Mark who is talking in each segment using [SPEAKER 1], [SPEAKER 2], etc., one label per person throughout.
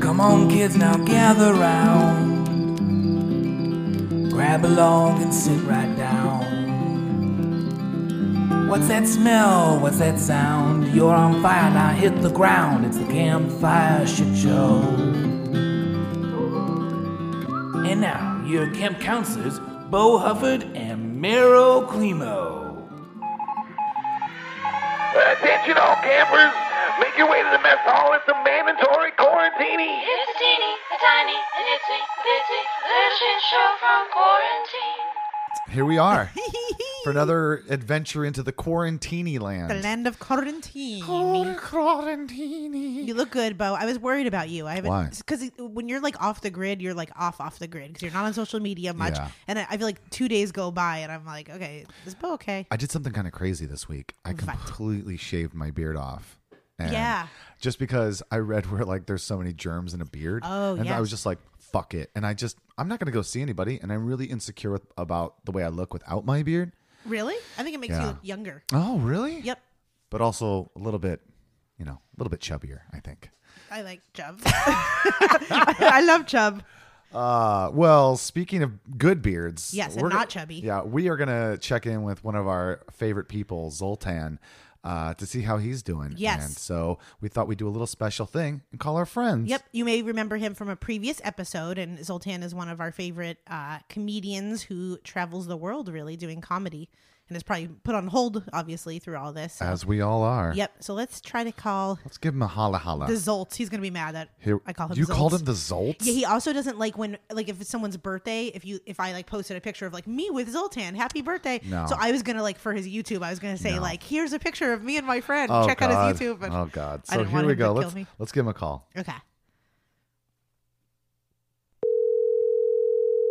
[SPEAKER 1] Come on, kids, now gather round. Grab along and sit right down. What's that smell? What's that sound? You're on fire, now hit the ground. It's the campfire shit show. And now, your camp counselors, Bo Hufford and Meryl Climo.
[SPEAKER 2] Attention all campers! Make your way to the mess hall. It's a mandatory quarantine.
[SPEAKER 3] It's teeny, the tiny, and itsy bitsy little shit show from quarantine.
[SPEAKER 4] Here we are for another adventure into the quarantini land.
[SPEAKER 5] The land of quarantine.
[SPEAKER 4] Oh,
[SPEAKER 5] You look good, Bo. I was worried about you. I haven't
[SPEAKER 4] Why?
[SPEAKER 5] because when you're like off the grid, you're like off off the grid because you're not on social media much.
[SPEAKER 4] Yeah.
[SPEAKER 5] And I, I feel like two days go by, and I'm like, okay, is Bo okay?
[SPEAKER 4] I did something kind of crazy this week. I completely shaved my beard off. And
[SPEAKER 5] Yeah.
[SPEAKER 4] Just because I read where like there's so many germs in a beard.
[SPEAKER 5] Oh,
[SPEAKER 4] And I
[SPEAKER 5] yeah.
[SPEAKER 4] was just like, fuck it. And I just, I'm not going to go see anybody. And I'm really insecure with, about the way I look without my beard.
[SPEAKER 5] Really? I think it makes
[SPEAKER 4] Yeah.
[SPEAKER 5] you look younger.
[SPEAKER 4] Oh, really?
[SPEAKER 5] Yep.
[SPEAKER 4] But also a little bit, you know, a little bit chubbier, I think.
[SPEAKER 5] I like Chubb. I love Chubb.
[SPEAKER 4] Uh, well, speaking of good beards,
[SPEAKER 5] Yes, and
[SPEAKER 4] we're
[SPEAKER 5] not
[SPEAKER 4] gonna-
[SPEAKER 5] chubby.
[SPEAKER 4] Yeah, we are gonna check in with one of our favorite people, Zoltan, uh, to see how he's doing.
[SPEAKER 5] Yes.
[SPEAKER 4] And so we thought we'd do a little special thing and call our friends.
[SPEAKER 5] Yep, you may remember him from a previous episode, and Zoltan is one of our favorite uh, comedians who travels the world really doing comedy, and is probably put on hold obviously through all this. so-
[SPEAKER 4] As we all are.
[SPEAKER 5] Yep. So let's try to call
[SPEAKER 4] Let's give him a holla holla.
[SPEAKER 5] the Zolts. He's gonna be mad that
[SPEAKER 4] Here-
[SPEAKER 5] I call him.
[SPEAKER 4] You
[SPEAKER 5] Zolts.
[SPEAKER 4] called him the Zolt.
[SPEAKER 5] Yeah, he also doesn't like when, like, if it's someone's birthday. If you, if I like posted a picture of like me with Zoltan, happy birthday.
[SPEAKER 4] No.
[SPEAKER 5] So I was gonna like for his YouTube, I was gonna say
[SPEAKER 4] No.
[SPEAKER 5] like, here's a picture of me and my friend.
[SPEAKER 4] Oh,
[SPEAKER 5] Check
[SPEAKER 4] God.
[SPEAKER 5] out his YouTube. But
[SPEAKER 4] oh God.
[SPEAKER 5] I
[SPEAKER 4] So
[SPEAKER 5] didn't
[SPEAKER 4] here
[SPEAKER 5] want
[SPEAKER 4] we
[SPEAKER 5] him to
[SPEAKER 4] go.
[SPEAKER 5] kill
[SPEAKER 4] Let's
[SPEAKER 5] me.
[SPEAKER 4] let's give him a call.
[SPEAKER 5] Okay.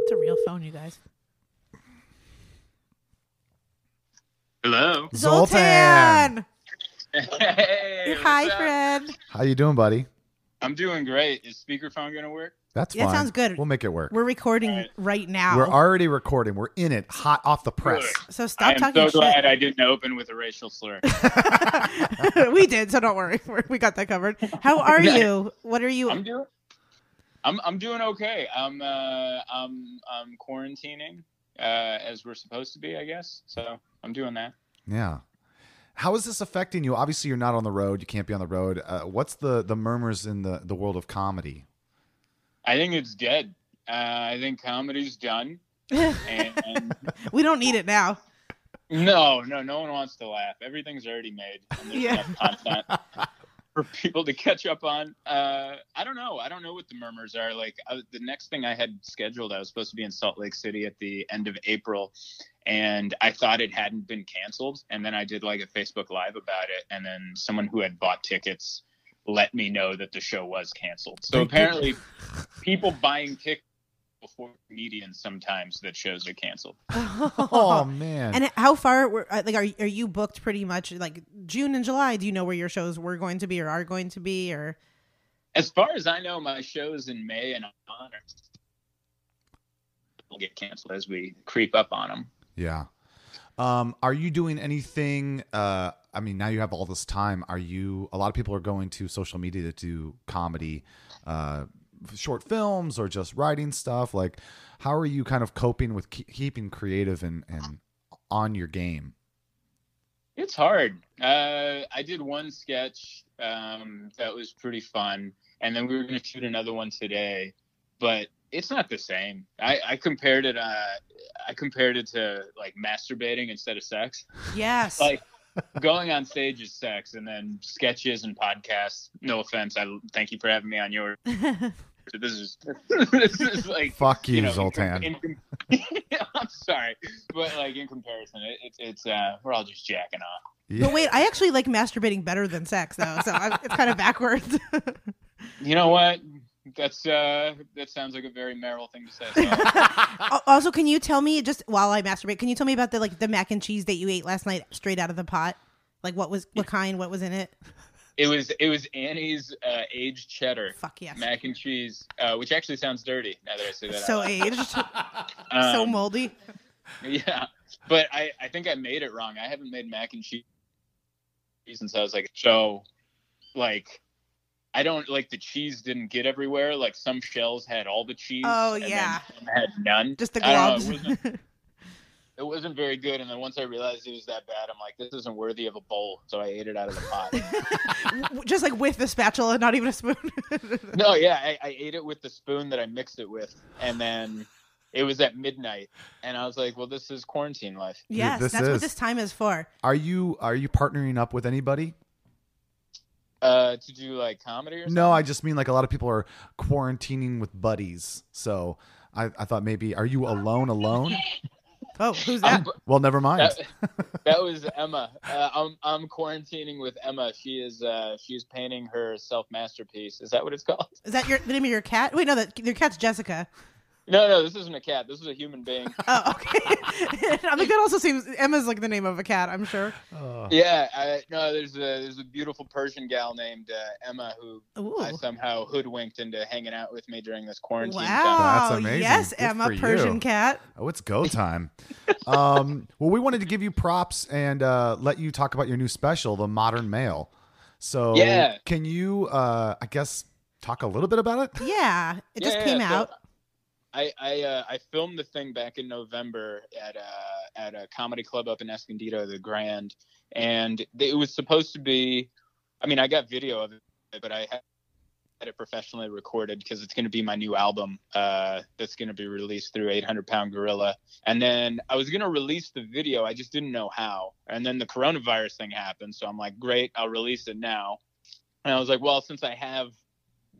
[SPEAKER 5] It's a real phone, you guys.
[SPEAKER 6] Hello.
[SPEAKER 4] Zoltan!
[SPEAKER 5] Zoltan,
[SPEAKER 6] Hey.
[SPEAKER 5] hi,
[SPEAKER 6] what's up?
[SPEAKER 5] friend.
[SPEAKER 4] How you doing, buddy?
[SPEAKER 6] I'm doing great. Is speakerphone gonna work?
[SPEAKER 4] That's
[SPEAKER 5] That
[SPEAKER 4] fine.
[SPEAKER 5] sounds good.
[SPEAKER 4] We'll make it work.
[SPEAKER 5] We're recording
[SPEAKER 6] All right.
[SPEAKER 5] right now.
[SPEAKER 4] We're already recording. We're in it, hot off the press.
[SPEAKER 6] Good.
[SPEAKER 5] so
[SPEAKER 6] I
[SPEAKER 5] stop
[SPEAKER 6] am
[SPEAKER 5] talking
[SPEAKER 6] so glad
[SPEAKER 5] shit.
[SPEAKER 6] I didn't open with a racial slur.
[SPEAKER 5] we did, so don't worry. We're, we got that covered. How are
[SPEAKER 6] Yeah.
[SPEAKER 5] you? What are you?
[SPEAKER 6] I'm doing. I'm I'm doing okay. I'm uh I'm I'm quarantining uh as we're supposed to be, I guess. So I'm doing that.
[SPEAKER 4] Yeah. How is this affecting you? Obviously, you're not on the road. You can't be on the road. Uh, what's the the murmurs in the the world of comedy?
[SPEAKER 6] I think it's dead. Uh, I think comedy's done. And, and
[SPEAKER 5] we don't need it now.
[SPEAKER 6] no, no, no one wants to laugh. Everything's already made. And there's
[SPEAKER 5] Yeah.
[SPEAKER 6] enough content for people to catch up on. Uh, I don't know. I don't know what the murmurs are. Like I, the next thing I had scheduled, I was supposed to be in Salt Lake City at the end of April, and I thought it hadn't been canceled. And then I did like a Facebook Live about it, and then someone who had bought tickets let me know that the show was canceled. So
[SPEAKER 4] Thank you.
[SPEAKER 6] apparently, people buying tickets before comedians sometimes that shows are canceled.
[SPEAKER 4] Oh man!
[SPEAKER 5] And how far were uh, like are are you booked pretty much like June and July? Do you know where your shows were going to be or are going to be or
[SPEAKER 6] As far as I know, my shows in May and on will get canceled as we creep up on them.
[SPEAKER 4] yeah. Um, are you doing anything uh, I mean, now you have all this time. Are you? A lot of people are going to social media to do comedy, uh, short films, or just writing stuff. Like, how are you kind of coping with ke- keeping creative and and on your game?
[SPEAKER 6] It's hard. Uh, I did one sketch um, that was pretty fun, and then we were going to shoot another one today, but it's not the same. I, I compared it. Uh, I compared it to like masturbating instead of sex.
[SPEAKER 5] Yes.
[SPEAKER 6] Like going on stage is sex, and then sketches and podcasts. No offense. I thank you for having me on yours. This is this is like
[SPEAKER 4] Fuck you,
[SPEAKER 6] know, in-
[SPEAKER 4] Zoltan.
[SPEAKER 6] in- I'm sorry, but like in comparison, it, it's it's uh, we're all just jacking off.
[SPEAKER 5] But wait, I actually like masturbating better than sex, though. So i it's kind of backwards.
[SPEAKER 6] You know what? That's uh that sounds like a very Merrill thing to say. So,
[SPEAKER 5] Al- also, can you tell me just while I masturbate? Can you tell me about the like the mac and cheese that you ate last night, straight out of the pot? Like what was what kind? What was in it?
[SPEAKER 6] it was it was Annie's uh, aged cheddar
[SPEAKER 5] Fuck yes.
[SPEAKER 6] mac and cheese, uh, which actually sounds dirty now that I say that.
[SPEAKER 5] So
[SPEAKER 6] out
[SPEAKER 5] aged,
[SPEAKER 6] loud.
[SPEAKER 5] so
[SPEAKER 6] Um,
[SPEAKER 5] moldy.
[SPEAKER 6] Yeah, but I I think I made it wrong. I haven't made mac and cheese since I was like so, like. I don't like the cheese didn't get everywhere. Like some shells had all the cheese.
[SPEAKER 5] Oh,
[SPEAKER 6] and then
[SPEAKER 5] yeah.
[SPEAKER 6] some had none.
[SPEAKER 5] Just the
[SPEAKER 6] I don't know, it
[SPEAKER 5] globs.
[SPEAKER 6] wasn't- it wasn't very good. And then once I realized it was that bad, I'm like, this isn't worthy of a bowl. So I ate it out of the pot.
[SPEAKER 5] W- just like with the spatula, not even a spoon.
[SPEAKER 6] no, yeah, I, I ate it with the spoon that I mixed it with. And then it was at midnight. And I was like, well, this is quarantine life.
[SPEAKER 5] yes,
[SPEAKER 4] this
[SPEAKER 5] that's
[SPEAKER 4] is-
[SPEAKER 5] what this time is for.
[SPEAKER 4] Are you are you partnering up with anybody?
[SPEAKER 6] Uh, to do like comedy or something?
[SPEAKER 4] No, I just mean like a lot of people are quarantining with buddies. So I, I thought maybe are you alone alone? Um,
[SPEAKER 5] Oh, who's
[SPEAKER 6] I'm-
[SPEAKER 5] that?
[SPEAKER 4] Well, never mind.
[SPEAKER 6] that, that was Emma. Uh, I'm, I'm quarantining with Emma. She is uh, she's painting her self masterpiece. Is that what it's called?
[SPEAKER 5] Is that your the name of your cat? Wait, no, that your cat's Jessica.
[SPEAKER 6] No, no, this isn't a cat. This is a human being.
[SPEAKER 5] Oh, okay. I'm like that also seems Emma's like the name of a cat. I'm sure.
[SPEAKER 4] Oh.
[SPEAKER 6] Yeah, I, no, there's a there's a beautiful Persian gal named uh, Emma who
[SPEAKER 5] Ooh.
[SPEAKER 6] I somehow hoodwinked into hanging out with me during this quarantine time.
[SPEAKER 5] Wow.
[SPEAKER 4] That's amazing.
[SPEAKER 5] Yes,
[SPEAKER 4] Good
[SPEAKER 5] Emma,
[SPEAKER 4] for you.
[SPEAKER 5] Persian cat.
[SPEAKER 4] Oh, it's go time. um, well, we wanted to give you props and uh, let you talk about your new special, The Modern Male. So,
[SPEAKER 6] Yeah.
[SPEAKER 4] can you, uh, I guess, talk a little bit about it?
[SPEAKER 5] Yeah, it just
[SPEAKER 6] Yeah,
[SPEAKER 5] came
[SPEAKER 6] so
[SPEAKER 5] out.
[SPEAKER 6] I I, uh, I filmed the thing back in November at uh, at a comedy club up in Escondido, the Grand, and it was supposed to be. I mean, I got video of it, but I had it professionally recorded because it's going to be my new album uh, that's going to be released through 800 Pound Gorilla. And then I was going to release the video, I just didn't know how. And then the coronavirus thing happened, so I'm like, great, I'll release it now. And I was like, well, since I have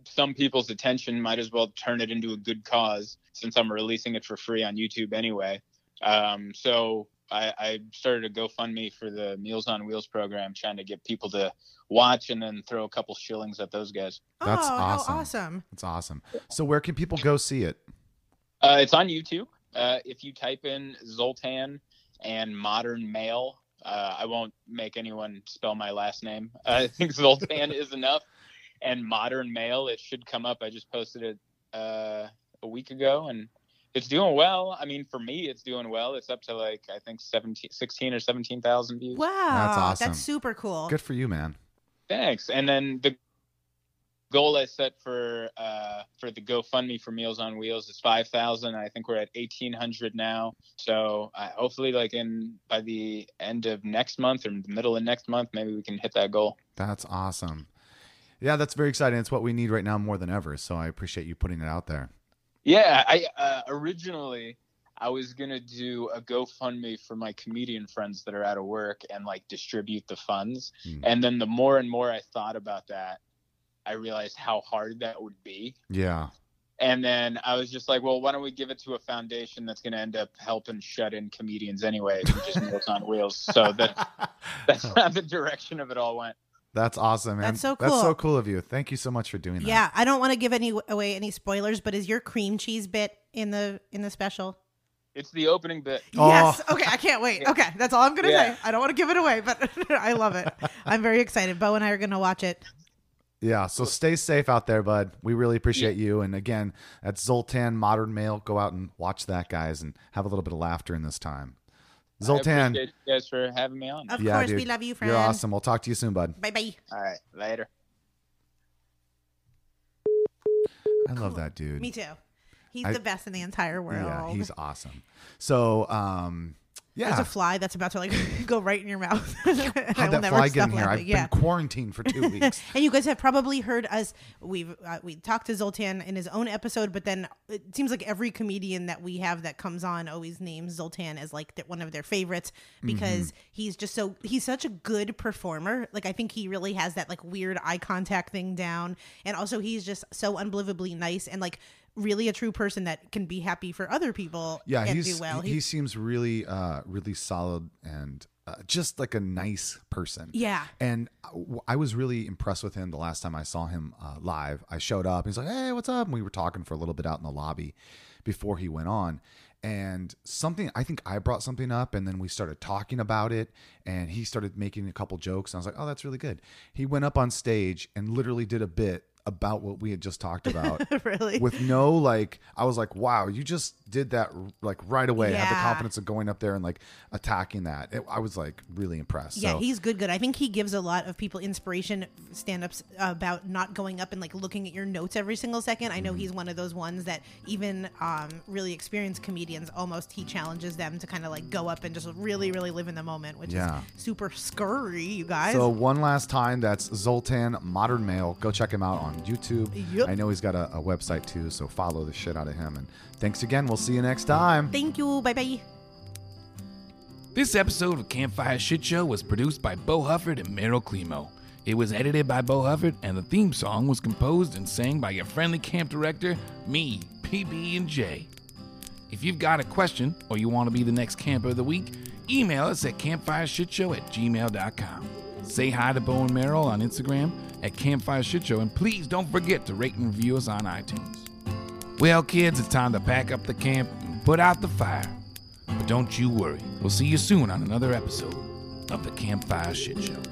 [SPEAKER 6] some people's attention, might as well turn it into a good cause since I'm releasing it for free on YouTube anyway. Um, so I, I started a GoFundMe for the Meals on Wheels program, trying to get people to watch and then throw a couple shillings at those guys.
[SPEAKER 4] That's
[SPEAKER 5] oh,
[SPEAKER 4] awesome.
[SPEAKER 5] How awesome.
[SPEAKER 4] It's awesome. So, where can people go see it?
[SPEAKER 6] Uh, it's on YouTube. Uh, if you type in Zoltan and Modern Male, uh, I won't make anyone spell my last name. I think Zoltan is enough, and Modern Male it should come up. I just posted it uh, a week ago, and it's doing well. I mean, for me, it's doing well. It's up to like I think 17, 16 or seventeen thousand views.
[SPEAKER 5] Wow.
[SPEAKER 4] That's awesome.
[SPEAKER 5] That's super cool.
[SPEAKER 4] Good for you, man.
[SPEAKER 6] Thanks. And then the goal I set for uh, for the GoFundMe for Meals on Wheels is five thousand. I think we're at eighteen hundred now. So I, hopefully, like in by the end of next month or the middle of next month, maybe we can hit that goal.
[SPEAKER 4] That's awesome. Yeah, that's very exciting. It's what we need right now more than ever. So, I appreciate you putting it out there.
[SPEAKER 6] Yeah. I uh, originally. I was gonna do a GoFundMe for my comedian friends that are out of work and like distribute the funds.
[SPEAKER 4] Hmm.
[SPEAKER 6] And then the more and more I thought about that, I realized how hard that would be.
[SPEAKER 4] Yeah.
[SPEAKER 6] And then I was just like, well, why don't we give it to a foundation that's going to end up helping shut in comedians anyway, who just works on wheels. So that that's not the direction of it all went.
[SPEAKER 4] That's awesome, man.
[SPEAKER 5] That's so
[SPEAKER 4] That's so
[SPEAKER 5] cool.
[SPEAKER 4] cool of you. Thank you so much for doing that.
[SPEAKER 5] Yeah, I don't want to give any away any spoilers, but is your cream cheese bit in the in the special?
[SPEAKER 6] It's the opening bit.
[SPEAKER 4] Oh.
[SPEAKER 5] Yes. Okay, I can't wait. Okay, that's all I'm gonna
[SPEAKER 6] Yeah.
[SPEAKER 5] say. I don't want to give it away, but I love it. I'm very excited. Bo and I are gonna watch it.
[SPEAKER 4] Yeah. So stay safe out there, bud. We really appreciate you. And again, that's Zoltan Modern Male. Go out and watch that, guys, and have a little bit of laughter in this time.
[SPEAKER 6] I
[SPEAKER 4] Zoltan,
[SPEAKER 6] appreciate you guys for having me on.
[SPEAKER 5] Of
[SPEAKER 4] Yeah,
[SPEAKER 5] course,
[SPEAKER 4] dude.
[SPEAKER 5] we love you, friend.
[SPEAKER 4] you're awesome. We'll talk to you soon, bud.
[SPEAKER 5] Bye bye.
[SPEAKER 6] All right, later.
[SPEAKER 4] I love that dude.
[SPEAKER 5] Me too. He's
[SPEAKER 4] I-
[SPEAKER 5] the best in the entire world.
[SPEAKER 4] Yeah, he's awesome. So, um,
[SPEAKER 5] There's
[SPEAKER 4] yeah.
[SPEAKER 5] a fly that's about to like go right in your mouth.
[SPEAKER 4] How'd that fly get in here? I've been quarantined for two weeks.
[SPEAKER 5] and you guys have probably heard us. We've uh, we talked to Zoltan in his own episode, but then it seems like every comedian that we have that comes on always names Zoltan as like the, one of their favorites
[SPEAKER 4] Mm-hmm.
[SPEAKER 5] because he's just so he's such a good performer. Like I think he really has that like weird eye contact thing down, and also he's just so unbelievably nice and like really a true person that can be happy for other people.
[SPEAKER 4] yeah
[SPEAKER 5] and
[SPEAKER 4] he's,
[SPEAKER 5] do well.
[SPEAKER 4] he, he seems really uh really solid and uh, just like a nice person
[SPEAKER 5] yeah.
[SPEAKER 4] and I w- I was really impressed with him the last time I saw him uh, live. I showed up. He's like, "Hey, what's up?" And we were talking for a little bit out in the lobby before he went on. And something I think I brought something up, and then we started talking about it. And he started making a couple jokes. And I was like, "Oh, that's really good." He went up on stage and literally did a bit about what we had just talked about
[SPEAKER 5] Really?
[SPEAKER 4] with no like i was like wow you just did that r- like right away have the
[SPEAKER 5] Yeah.
[SPEAKER 4] confidence of going up there and like attacking that It- i was like really impressed
[SPEAKER 5] Yeah,
[SPEAKER 4] so
[SPEAKER 5] he's good. Good. I think he gives a lot of people inspiration stand-ups about not going up and like looking at your notes every single second. I know
[SPEAKER 4] Mm-hmm.
[SPEAKER 5] he's one of those ones that even um, really experienced comedians almost he challenges them to kind of like go up and just really, really live in the moment, which
[SPEAKER 4] Yeah.
[SPEAKER 5] is super scurry, you guys.
[SPEAKER 4] so one last time that's zoltan modern male go check him out on youtube
[SPEAKER 5] Yep.
[SPEAKER 4] i know he's got a, a website too so follow the shit out of him and thanks again we'll see you next time
[SPEAKER 5] Thank you. Bye bye.
[SPEAKER 7] This episode of Campfire Shit Show was produced by Bo Hufford and Meryl Climo. It was edited by Bo Hufford, and the theme song was composed and sang by your friendly camp director, me, PB and J. If you've got a question or you want to be the next camper of the week, email us at campfireshitshow at gmail.com. Say hi to Bo and Meryl on Instagram at Campfire Shit Show, and please don't forget to rate and review us on iTunes. Well, kids, it's time to pack up the camp and put out the fire. But don't you worry, we'll see you soon on another episode of the Campfire Shit Show.